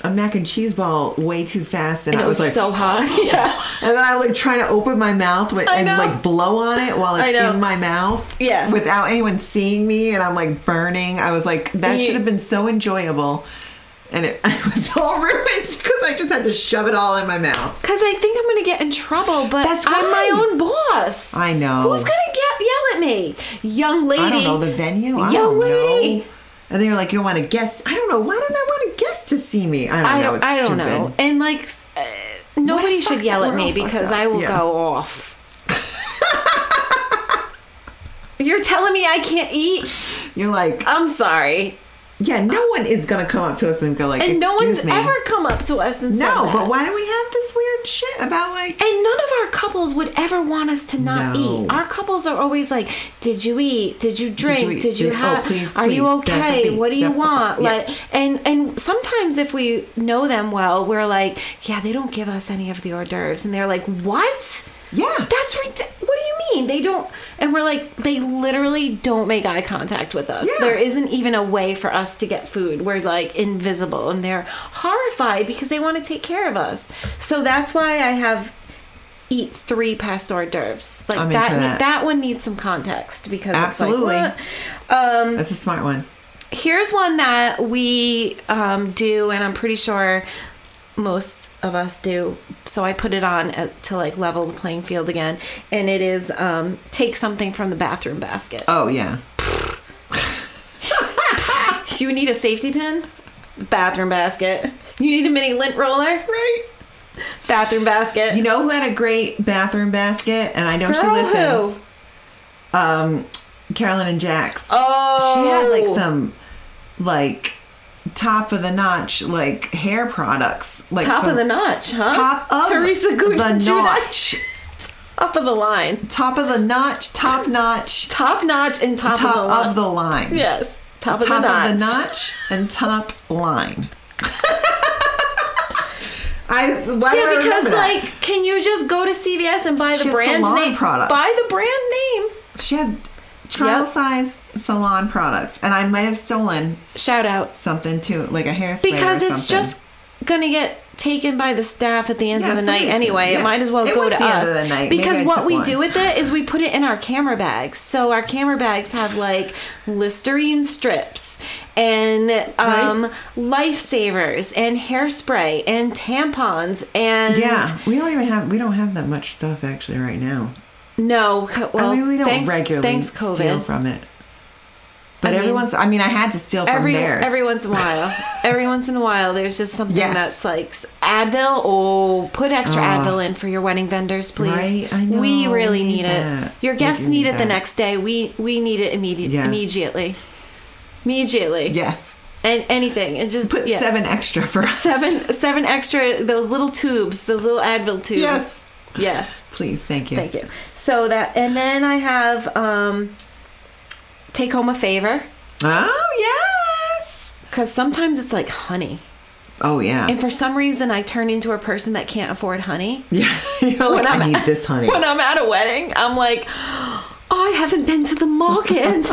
a mac and cheese ball way too fast, and,
And
I
it was,
was, like,
so hot. [laughs] Yeah.
and then I like trying to open my mouth with,
I
and
know.
like blow on it while
I
it's
know.
in my mouth,
Yeah.
without anyone seeing me, and I'm like burning. I was like, that
You-
should have been so enjoyable, and it, [laughs] I was all ruined because I just had to shove it all in my mouth.
Because I think I'm going to get in trouble, but
That's
I'm my
right.
own boss.
I know.
Who's going to get yell at me? Young lady.
I don't know the venue. I
Young
don't
lady.
know. And they're like, you don't want to guess. I don't know. Why don't I want to guess to see me? I don't
I
know.
don't,
It's
I don't
stupid.
know. And like, uh, nobody should
fucked
yell
up-
at
we're
me
all fucked
because
up.
I will
Yeah.
go off. You're telling me I can't eat?
You're like,
Oh. I'm sorry.
Yeah, no one is gonna come up to us and go like,
and no
"Excuse
one's
me."
ever come up to us and said
No,
that.
but why do we have this weird shit about like?
And none of our couples would ever want us to not
No.
eat. Our couples are always like, "Did you eat? Did you drink? Did you,
eat? Did- oh,
have?
please,
are you
please,
okay?
definitely,
what do you
definitely."
want?"
Yeah.
Like, and and sometimes if we know them well, we're like, "Yeah, they don't give us any of the hors d'oeuvres," and they're like, "What?
Yeah.
that's ridiculous." What do you mean they don't? And we're like, they literally don't make eye contact with us.
Yeah.
There isn't even a way for us to get food. We're like invisible, and they're horrified because they want to take care of us. So that's why I have eat three past hors d'oeuvres. Like
I'm into
that,
that.
that. one needs some context because
Absolutely.
It's like, what? Um,
That's a smart one.
here's one that we um, do, and I'm pretty sure most of us do. So I put it on at, to like level the playing field again, and it is um, take something from the bathroom basket.
Oh yeah.
You need a safety pin, bathroom basket. You need a mini lint roller, right? Bathroom basket.
You know who had a great bathroom basket, and I know she
Girl,
listens.
who?
Um, Carolyn and Jax.
Oh,
she had like some like top of the notch like hair products, like
top
some
of the notch, huh?
top of
Teresa Gucci
the notch,
top of the line,
top of the notch, top notch,
top notch, and [laughs] top,
top
of the line.
of the line.
yes, top,
top
of the notch.
notch and top line. [laughs] I why do I
Yeah, because
remember that?
like, can you just go to CVS and buy
She
the
had
brand
salon
name?
products.
Buy the brand name.
she had trial
Yep.
size salon products, and I might have stolen
Shout out.
something too, like a hairspray. or
because it's
something.
just gonna get taken by the staff at the end
Yeah,
of the night
somebody's
anyway.
gonna- yeah.
It might as well
It
go
was
to
the
us.
end of the night. Maybe
Because
I
what
took
we
one.
do with it is we put it in our camera bags. So our camera bags have like Listerine strips and um, lifesavers and hairspray and tampons and
yeah. We don't even have we don't have that much stuff actually right now.
no. co- Well,
I mean, we don't
thanks,
regularly
thanks COVID.
steal from it. But
I mean-
everyone's. I mean, I had to steal from
every
theirs.
every once in a while,
[laughs]
every once in a while, there's just something
Yes.
that's like s- Advil. Oh, put extra
Ah.
Advil in for your wedding vendors, please.
Right? I know.
We really
We
need,
need
it.
that.
Your
We
guests
do
need,
need
it the
that.
next day. We we need it immediate
Yeah.
immediately, immediately.
Yes.
and anything and just
Put
yeah.
seven extra for us. [laughs]
Seven- seven extra those little tubes, those little Advil tubes.
Yes.
Yeah.
Please, thank you.
Thank you. So that and then I have um take home a favor
Oh yes.
cuz sometimes it's like honey.
Oh yeah.
And for some reason, I turn into a person that can't afford honey.
yeah. [laughs] You're like, I need this, honey.
When I'm at a wedding, I'm like, oh, I haven't been to the
[laughs]
market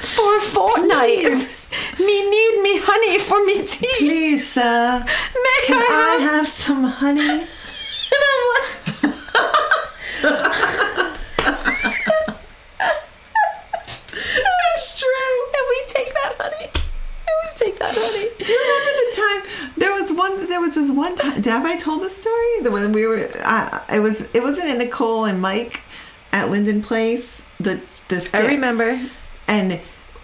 for fortnights. Me need me honey for me tea.
Please, sir.
May
Can I
I have?
have some honey?
And
[laughs]
I'm like,
That's true.
and we take that honey. And we take that honey.
Do you remember the time there was one? There was this one time. Have I told the story? The when we were, I, it was it wasn't in Nicole and Mike at Linden Place. The the sticks.
remember.
And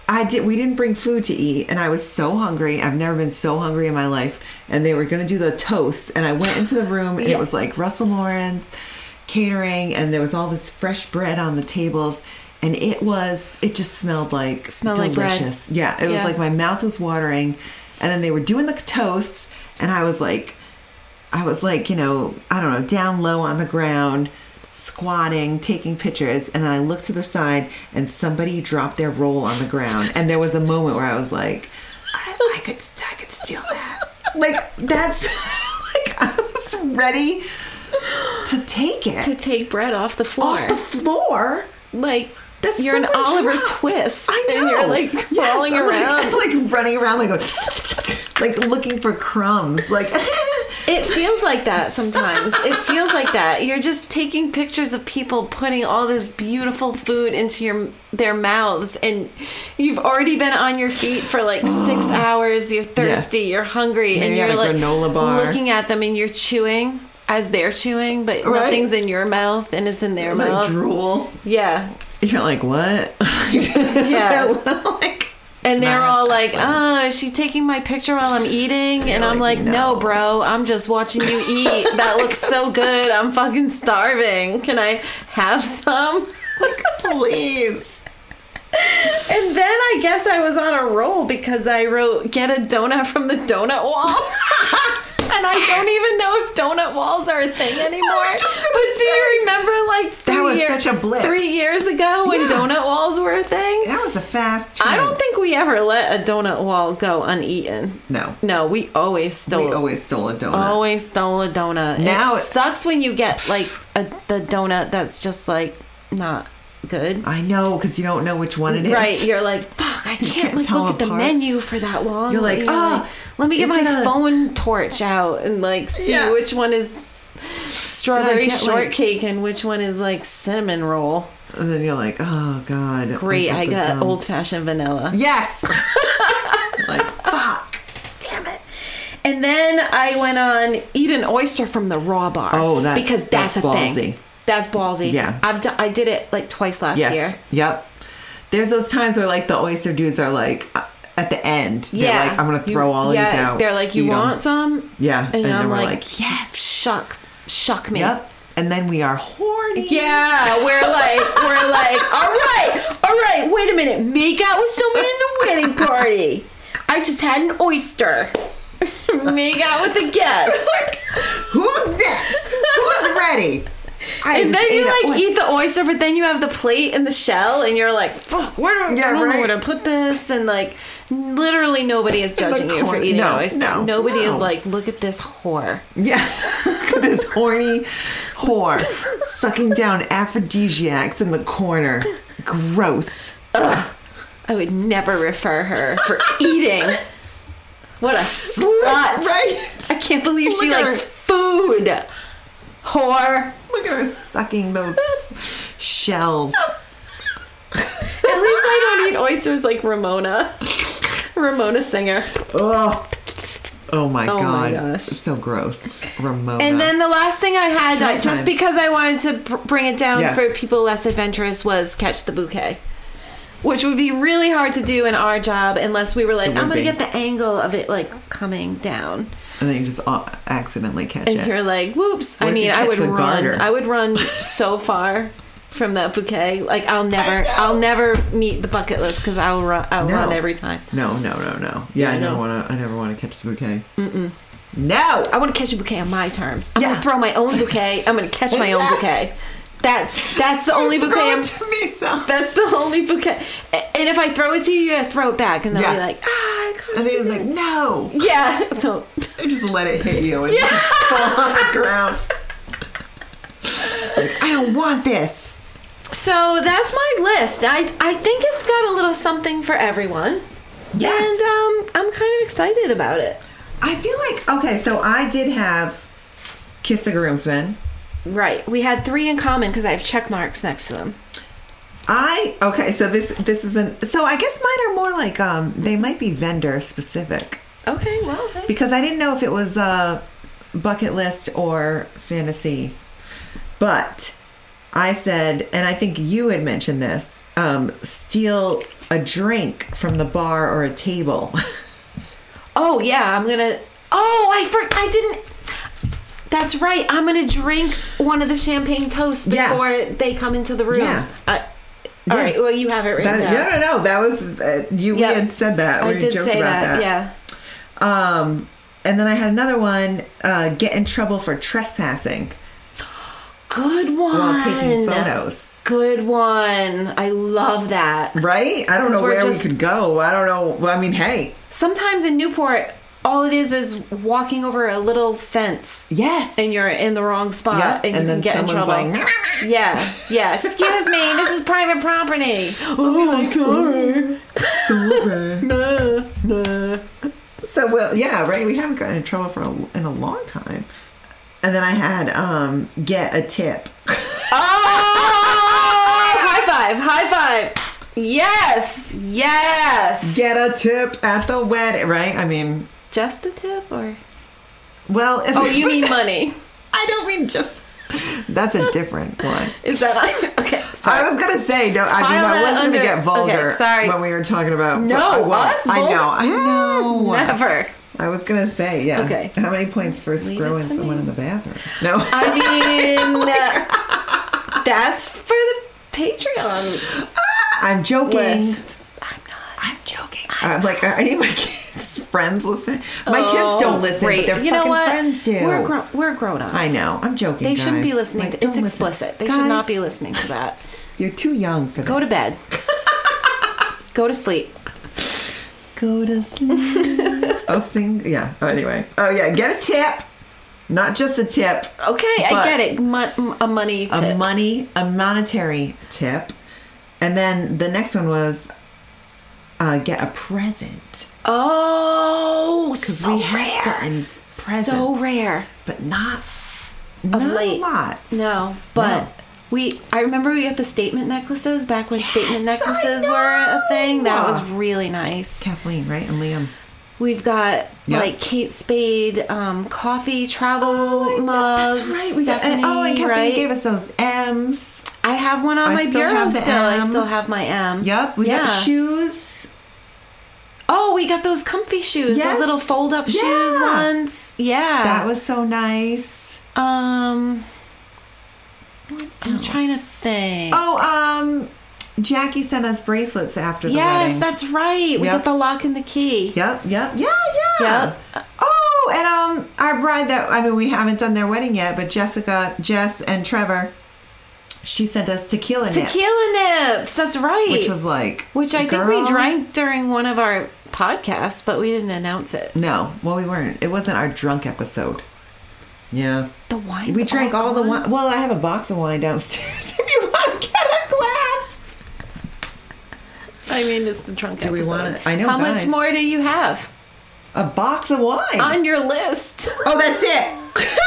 I did. We didn't bring food to eat, and I was so hungry. I've never been so hungry in my life. And they were gonna do the toast, and I went into the room, and it was like Russell Lawrence catering, and there was all this fresh bread on the tables. And it was, it just smelled like
Smelled like bread.
delicious. yeah, it was
Yeah.
like my mouth was watering and then they were doing the toasts and i was like i was like you know i don't know down low on the ground squatting taking pictures and then i looked to the side and somebody dropped their roll on the ground and there was a moment where i was like i, I could i could steal that like that's [laughs] like i was ready to take it
To take bread off the floor.
off the floor
like,
that's
you're an
someone
Oliver
dropped.
Twist.
I know.
And you're like
Yes,
crawling
I'm like-
around.
I'm [laughs] Like, running around, like going, [laughs] like looking for crumbs. Like [laughs]
It feels like that sometimes. it feels like that. You're just taking pictures of people putting all this beautiful food into your their mouths and you've already been on your feet for like 6
[sighs]
hours. You're thirsty,
Yes.
you're hungry
Maybe
and
you
you're
had a
like
granola bar.
looking at them and you're chewing as they're chewing, but
Right.
nothing's in your mouth and it's in their
like
mouth.
drool.
yeah.
You're like what? [laughs]
Yeah.
They're like,
And they're
Nah,
all like, "Oh, is she taking my picture while I'm eating?" And I'm
like,
like, no.
"No."
bro. I'm just watching you eat. That looks so
[laughs]
good. I'm fucking starving. Can I have some?"
like please.
And then I guess I was on a roll because I wrote "Get a donut from the donut wall," [laughs] and I don't even know if donut walls are a thing anymore.
was just gonna
but do you remember, like
That
three
was
year-
such a blip.
three years ago when
Yeah.
donut walls were a thing?
That was a fast.
I don't
trend.
think we ever let a donut wall go uneaten.
No.
no, we always stole.
we always stole a donut.
Always stole a donut.
Now
it
it-
sucks when you get like a, the donut that's just like not good.
I know because you don't know which one it is.
Right, you're like, fuck, I can't,
can't
like,
tell
look at the
apart.
menu for that long.
You're like, "Oh,
let me get
is
my
it a-
phone torch out and like see
Yeah.
which one is strawberry
get, like-
shortcake and which one is like cinnamon roll.
And then you're like, oh god.
Great, I
the
got
dumb-
old fashioned vanilla. [laughs]
Yes. like fuck.
Damn it. And then I went on eat an oyster from the raw bar.
Oh, that's-
because that's,
that's
a
ballsy.
thing. That's ballsy.
Yeah.
I've done, I did it like twice last
Yes.
year.
Yep. There's those times where like the oyster dudes are like uh, at the end. They're like, I'm gonna
You-
throw all
yeah,
these out.
They're like, you
eat 'em."
want some?
Yeah.
And, I'm
we're
like,
yes.
Shuck, shuck me.
Yep. And then we are horny. [laughs]
Yeah, we're like, we're like, all right, all right, wait a minute. Make out with someone in the wedding party. I just had an oyster. [laughs] Make out with a guest.
Who's next? Who's ready? I
And
just
then you
ate a-
like eat the oyster, but then you have the plate and the shell, and you're like, "Fuck, where do
Yeah,
I don't
right.
know where to put this?" And like, literally nobody is judging you for
corner.
eating
No,
oyster.
no,
nobody
no.
is like, "Look at this whore."
[laughs] Yeah. [laughs] Look at this horny whore sucking down aphrodisiacs in the corner. Gross.
I would never refer her for [laughs] eating. What a slut!
[laughs] Right?
I can't believe she
Look at
likes
her.
food.
[laughs]
Whore.
Look at her
[laughs]
sucking those shells.
At least I don't eat oysters like Ramona. [laughs] Ramona Singer.
Oh. Oh my
Oh my
god.
gosh.
So gross. Ramona.
And then the last thing I had, I, just
time.
because I wanted to br- bring it down
Yeah.
for people less adventurous, was catch the bouquet. Which would be really hard to do in our job unless we were like,
would
I'm going
be.
to get the angle of it like coming down.
And then you just a- accidentally catch
and
it.
you're like, "Whoops!"
What
I
if you
mean, I
catch
would
the
run.
garter?
I would run
[laughs]
so far from that bouquet. Like I'll never, I'll never meet the bucket list because I'll run. I'll
No.
run every time.
no, no, no, no. Yeah, I
I
never
know.
want to. I never want to catch the bouquet. Mm-mm. No.
I want to catch a bouquet on my terms. I'm
Yeah.
gonna throw my own bouquet. I'm gonna catch my
[laughs]
own
Yes.
bouquet. That's that's the only bouquet.
Throw
I'm,
it to myself.
that's the only bouquet. A- And if I throw it to you, you gotta throw it back, and they'll
Yeah.
be like, "Ah, I couldn't
And then
do
you're like,
it." [laughs]
no.
yeah, no.
I just let it hit you and
[laughs]
just fall on the ground. Like, I don't want this.
So that's my list. I I think it's got a little something for everyone.
Yes.
And um, I'm kind of excited about it.
I feel like, okay, so I did have Kiss a Groomsman.
Right. We had three in common because I have check marks next to them.
I, okay, so this, this isn't, so I guess mine are more like, um, they might be vendor specific
Okay, well, hey.
because I didn't know if it was a bucket list or fantasy, but I said, and I think you had mentioned this, um, steal a drink from the bar or a table. [laughs]
oh yeah, I'm gonna. Oh, I for I didn't. That's right. I'm gonna drink one of the champagne toasts
Yeah.
before they come into the room.
Yeah.
I, all
Yeah.
right. Well, you have it written
That,
down.
No, no, no. That was uh, you.
Yep.
We had said that. We
I did
joked
say
about
that.
that.
Yeah.
Um, and then I had another one. Uh, get in trouble for trespassing
Good one.
while taking photos.
Good one. I love that.
Right? I don't know
Because we're
where
just-
we could go. I don't know. Well, I mean, hey,
Sometimes in Newport, all it is is walking over a little fence.
yes.
and you're in the wrong spot
Yeah,
and,
and
you can
then
get in
someone's
trouble.
like, "Ah!"
yeah, yeah. Excuse me, this is private property.
oh, I'm sorry. sorry. So well, yeah, right. We haven't gotten in trouble for a, in a long time. And then I had um, get a tip.
Ah. Oh, high five, high five. Yes, yes.
[laughs] get a tip at the wedding, right? I mean,
Just a tip, or
well, if
oh,
[laughs]
you mean money?
I don't mean just. That's a different one.
Is that on? okay? Sorry.
I was gonna say no. I mean,
File
I
that
was gonna
under-
get vulgar.
okay, sorry.
when we were talking about
No,
I won't.
us?
I know.
Vulgar?
I know.
never.
I was gonna say yeah.
Okay.
How many points for screwing
to me.
someone in the bathroom? No.
I mean, [laughs] uh, that's for the Patreon
I'm joking.
list.
Uh, like, are any of my [laughs] kids' friends listen? My kids don't listen,
Oh, Great.
but their
you know
fucking
what?
friends do.
We're grown. We're grown ups.
I know. I'm joking.
They shouldn't be
guys.
listening.
Like,
to, it's
don't listen.
explicit. They should
Guys,
not be listening to that.
You're too young for that.
Go to
[laughs]
bed. Go to sleep. [laughs]
Go to sleep. I'll sing. Yeah. Oh, anyway. Oh yeah. Get a tip. Not just a tip.
Okay, I
But-
get it. Mon- a money. Tip.
a money a monetary tip and then the next one was uh, get a present
Oh,
because
so
we have
rare.
gotten presents
So rare.
but not not
late.
a lot
No, but
No.
we. I remember we got the statement necklaces back when statement
Yes, I
necklaces were a thing. That
know.
was really nice.
Kathleen right and Liam
We've got
Yeah.
like Kate Spade um, coffee travel
Oh, I
Oh,
know,
mugs.
that's right we got and, oh and Kathleen gave us those M's
I have one on
I
my
still
bureau
have the
still. I
M.
still have my M.
yep we
yeah.
got shoes
Oh, we got those comfy shoes.
Yes.
Those little fold up
Yeah.
shoes ones. Yeah.
that was so nice
Um, I'm trying to think.
oh um Jackie sent us bracelets after the
yes,
wedding
that's right. We got
Yep.
the lock and the key.
Yep, yep, yeah, yeah.
Yep.
Oh, and um, our bride that I mean, we haven't done their wedding yet, but Jessica, Jess, and Trevor, she sent us tequila. nips,
Tequila nips. That's right.
which was like,
Which I think
girl,
we drank during one of our podcasts, but we didn't announce it.
No, well, we weren't. It wasn't our drunk episode. Yeah,
The wine.
we drank all, the wine. Well, I have a box of wine downstairs. [laughs] if you want to get a glass.
I mean, it's the drunk
Do we
episode.
want it? I know,
How
guys.
much more do you have
A box of wine.
on your list?
oh, that's it. [laughs]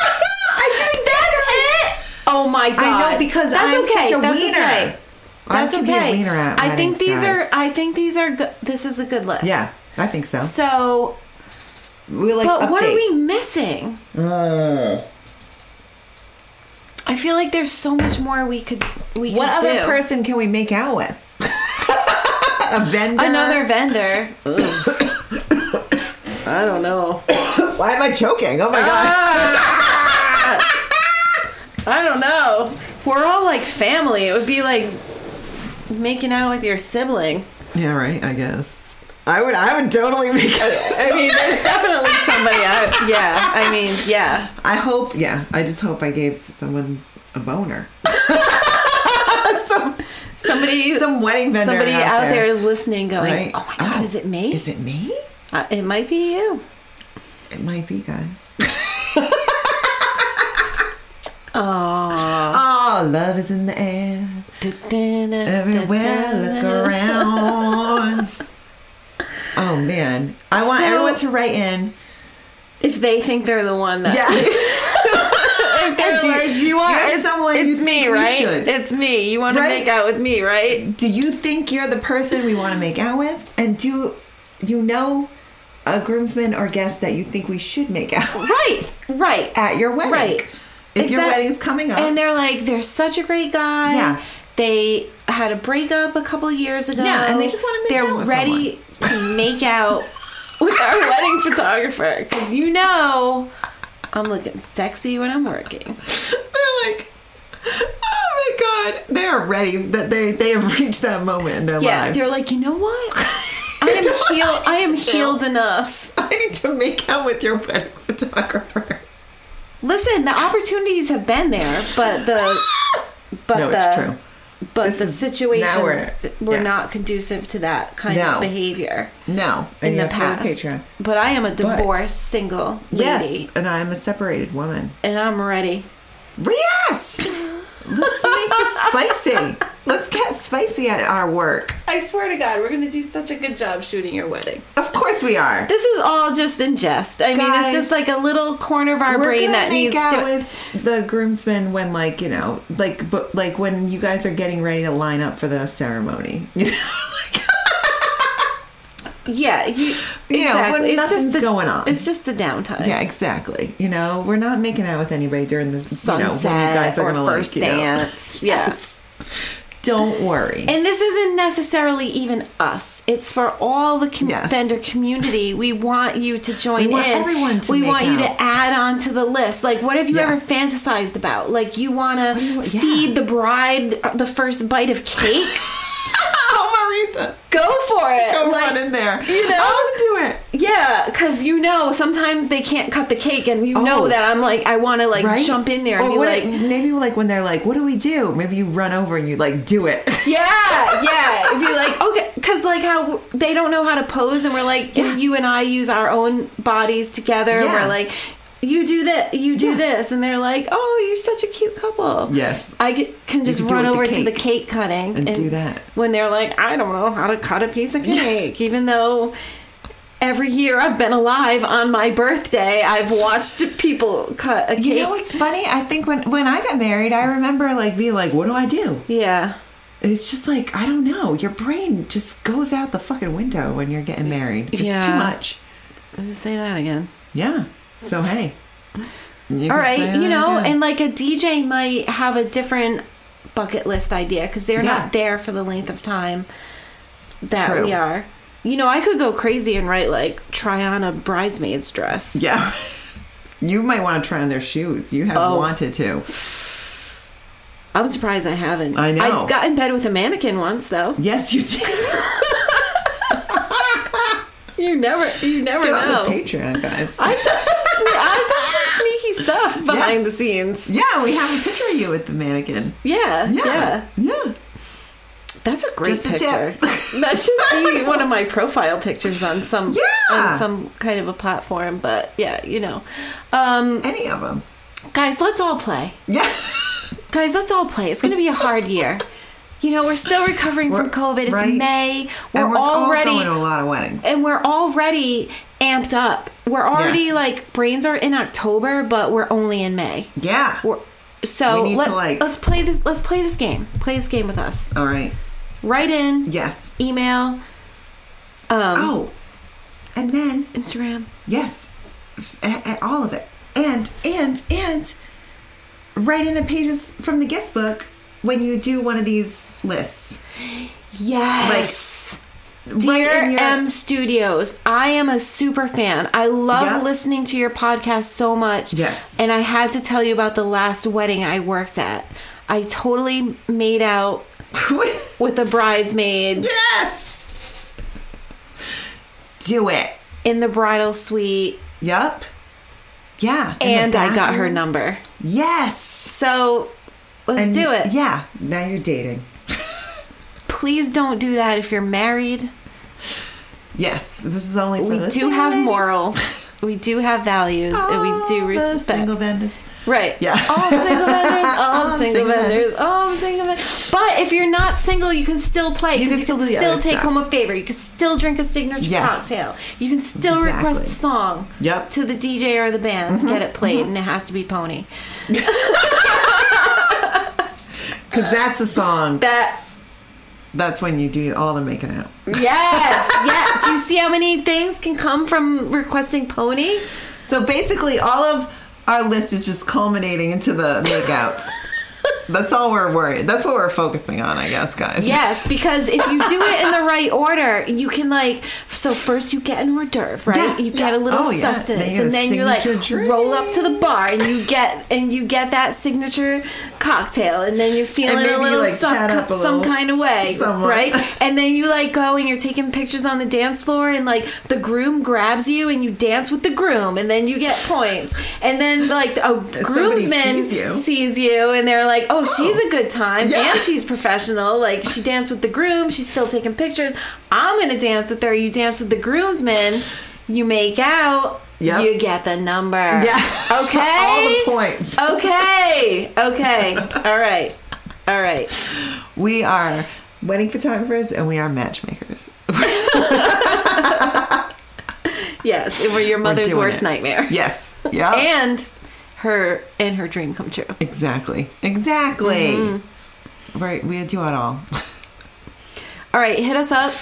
I
[laughs]
didn't that it.
Oh my god!
know, because I'm such a wiener. I
That's
can be a
okay.
wiener at
I think
weddings,
these
guys.
are. I think these are. Good. This is a good list.
Yeah, I think so.
So,
We're like,
but what are
update.
we missing?
Uh.
I feel like there's so much more we could. We
What
could
other
do.
person can we make out [laughs] with? a vendor.
Another [coughs] vendor.
Why am I choking? Oh my god!
I don't know. We're all like family. It would be like making out with your sibling.
Yeah, right. I guess. I would. I would totally [laughs] make
I
out.
mean, [laughs] there's definitely somebody. I, yeah. I mean, yeah.
I hope. Yeah. I just hope I gave someone a boner. some
Somebody.
some wedding vendor.
somebody
out, there,
is listening, going,
right?
"Oh my god, is it me?
Is it me?
Uh, it might be you."
It might
[laughs]
be, guys.
Oh.
Oh, love is in the air. Everywhere I look around.
[laughs]
Oh man, I want
So-
everyone to write in.
If they think they're the one that.
[laughs] Yeah.
If they're
Do you-
like,
do you
are-
have
it's,
someone you
it's me,
think we
right?
should?
It's me. You want to
Right?
make out with me, right?
do you think you're the person we want to make out with? And do you know a groomsman or guest that you think we should make out with
Right. Right.
at your wedding?
Right.
If your
Exact-
wedding's coming up.
And they're like, they're such a great guy.
Yeah.
They had a breakup a couple years ago.
Yeah, and they just wanna make
They're
out with
ready to make
[laughs]
out with our wedding photographer because you know I'm looking sexy when I'm working.
[laughs] they're like, oh my God. They are ready that they, they have reached that moment in their
Yeah,
lives.
they're like, you know what? I am healed. I am healed enough.
[laughs] I need to make out with your wedding [laughs] photographer.
Listen, the opportunities have been there, but
[laughs]
the but
No,
the
it's true.
but
This
the
is- now
situations
we're-
were
yeah.
not conducive to that kind
No.
of behavior.
No, and
in
you
the
have to go to
past.
Patreon.
But I am a
But-
divorced single lady,
Yes, and I'm a separated woman.
and I'm ready.
Yes! Let's make this
[laughs]
spicy. Let's get spicy at our work.
I swear to God, we're gonna do such a good job shooting your wedding.
Of course we are.
This is all just in jest. I mean, it's
Guys,
just like a little corner of our
We're
brain
gonna
that
make
needs
out
to.
with the groomsmen when, like, you know, like, but like when you guys are getting ready to line up for the ceremony. [laughs] you know,
yeah, you,
Yeah,
exactly.
when
it's just
nothing's
the,
going on.
It's just the downtime.
yeah, exactly. You know, we're not making out with anybody during the you know, when
sunset
you guys are
or
gonna
first
like, you know. [laughs]
dance. yes.
Don't worry.
And this isn't necessarily even us. It's for all the com-
Yes.
vendor community. We want you to join
We want
in.
everyone to
we
make
want you
out.
to add on to the list. Like, what have you ever
Yes.
fantasized about? Like, you want to
you- yeah. [laughs]
feed the bride the first bite of cake?
oh, Lisa.
Go for it.
Go
Like,
run in there.
You know,
I'll do it.
Yeah, because you know sometimes they can't cut the cake, and you know
Oh.
that I'm like I want to like
Right?
jump in there and
Or
be
what
like,
it- maybe like when they're like, "What do we do?" Maybe you run over and you like do it. [laughs]
yeah, yeah. If you like, okay, because like how they don't know how to pose, and we're like,
Yeah.
you and I use our own bodies together. and
Yeah.
We're like, you do that, you do
Yeah.
this, and they're like, oh, you're such a cute couple.
Yes.
I c- can just
can do
run
it with
over
the
to the
cake.
cake cutting
And do that.
when they're like, I don't know how to cut a piece of cake, even though. Every year I've been alive on my birthday, I've watched people cut a cake.
You know what's funny? I think when when I got married, I remember like being like, "What do I do?"
Yeah.
It's just like I don't know. Your brain just goes out the fucking window when you're getting married. It's
Yeah.
too much.
Say that again.
Yeah. So hey. You
All
can say
right,
that
you know,
again.
and like a DJ might have a different bucket list idea because they're
Yeah.
not there for the length of time that
True.
we are. You know, I could go crazy and write like try on a bridesmaid's dress.
[laughs] yeah. You might want to try on their shoes. You have
Oh.
wanted to.
I'm surprised I haven't.
I know.
I got in bed with a mannequin once though.
Yes,
[laughs]
you did.
You never, you never
Get
know.
on the Patreon, guys.
I've done some, sne- I've done some sneaky stuff behind
Yes.
the scenes.
[laughs] yeah, we have a picture of you with the mannequin.
Yeah, yeah.
Yeah. Yeah.
That's a great
Just a
picture.
tip.
that should
[laughs]
be one of my profile pictures on some
Yeah.
on some kind of a platform. But yeah, you know, um,
Any of them.
guys, let's all play.
[laughs] Yeah.
Guys, let's all play. It's going to be a hard year. You know, we're still recovering
We're-
from COVID. It's
right.
May. We're,
and we're
already
all going to a lot of weddings.
and we're already amped up. We're already
Yes.
like brains are in October, but we're only in May.
yeah.
We're, so
We need
let,
to, like-
let's play this. Let's play this game. Play this game with us.
all right.
Write in.
Yes.
Email. Um,
oh. And then
Instagram.
Yes, F- a- a- all of it. And and and write in the pages from the guest book when you do one of these lists.
Yes.
Write
Dear
in your- [laughs]
M Studios, I am a super fan. I love
Yeah.
listening to your podcast so much.
Yes.
And I had to tell you about the last wedding I worked at. I totally made out with a bridesmaid
yes, do it.
in the bridal suite
Yup. Yeah. In the
and I got her
bathroom.
number.
Yes.
So let's
And
do it.
Yeah. Now you're dating.
Please don't do that if you're married.
Yes. This is only for
We
the
do
single
have
ladies.
morals. We do have values and we do
All the
respect.
single vendors.
Right.
Yeah.
All the single
[laughs]
vendors. All the single
single
vendors.
vendors.
All the single vendors. But if you're not single, you can still play.
You
because
can
you can
still do the
still
other
take
stuff.
home a favor. You can still drink a signature
Yes.
cocktail. You can still request a
Exactly.
song
Yep. Mm-hmm.
to the DJ or the band. Get it played, and it has to be Pony.
Because that's a song.
That.
That's when you do all the making out.
Yes. yeah. Do you see how many things can come from requesting Pony?
So basically, all of our list is just culminating into the
[laughs]
makeouts. That's all we're worried. That's what we're focusing on, I guess, guys.
Yes, because if you do it in the right order, you can like. So first you get an hors d'oeuvre, right?
Yeah,
you get
yeah.
a little
Oh, yeah.
sustenance,
Then you get
and
a
then you like
signature drink.
roll up to the bar, and you get and you get that signature cocktail, and then you're feeling
And maybe
a
you,
little
like,
some,
chat up a
some
little
kind of way,
somewhat. [laughs]
right? And then you like go and you're taking pictures on the dance floor, and like the groom grabs you, and you dance with the groom, and then you get points, and then like a groomsman
sees you.
sees you, and they're like, "Oh, she's a good time,"
Yeah.
and she's professional. Like she danced with the groom. She's still taking pictures. I'm gonna dance with her. You dance with the groomsman. You make out.
Yep.
You get the number.
[laughs] Yeah. [laughs]
Okay.
all the points.
Okay. Okay. All right. All right.
We are wedding photographers and we are matchmakers.
Yes, it were your mother's
doing
worst
it.
nightmare.
Yes. Yeah.
[laughs]
Oh.
And her and her dream come true.
exactly. Exactly.
Mm-hmm.
Right. We do it all.
All right, hit us up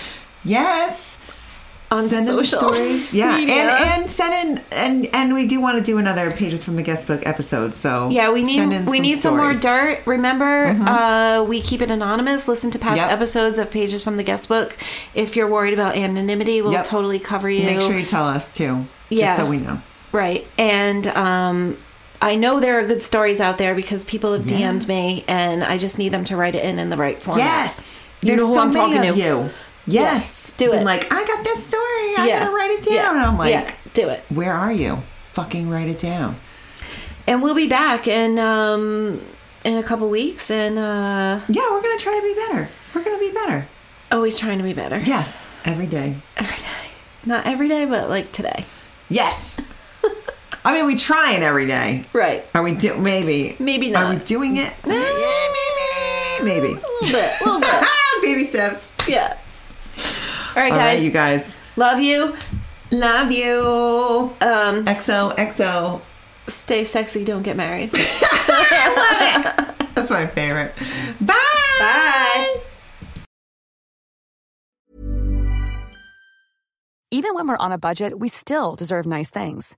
Yes.
on
Send in
social [laughs]
stories. Yeah.
media.
And and send in and and we do want to do another pages from the guest book episode. So
Yeah, we need
send in
we need some more
stories. Mm-hmm.
dirt. Remember, uh, we keep it anonymous. Listen to past
Yep.
episodes of Pages from the Guest Book. If you're worried about anonymity, we'll
Yep.
totally cover you.
Make sure you tell us too.
Yeah.
Just so we know.
Right, and um, I know there are good stories out there because people have DM'd me, and I just need them to write it in in the right format.
Yes.
You
There's
know who
so
I'm
many
talking
of
to.
you. Yes.
Do
Been
it.
Like, I got this story. I
yeah.
gotta write it down.
Yeah.
And I'm like,
yeah, do it.
where are you? Fucking write it down.
And we'll be back in um in a couple weeks and uh
Yeah, we're gonna try to be better. We're gonna be better.
always trying to be better.
Yes. Every day.
Every day. Not every day, but like today.
Yes. [laughs] I mean, we trying every day.
Right.
Are we do maybe?
Maybe not.
Are we doing it?
Nah.
Yeah, maybe. Maybe.
A little bit. A little
[laughs]
bit.
Baby steps.
yeah. All right,
All
guys.
right, you guys.
Love you.
Love you.
Um,
XO XO.
stay sexy. Don't get married.
[laughs]
[laughs]
That's my favorite. Bye.
Bye.
Even when we're on a budget, we still deserve nice things.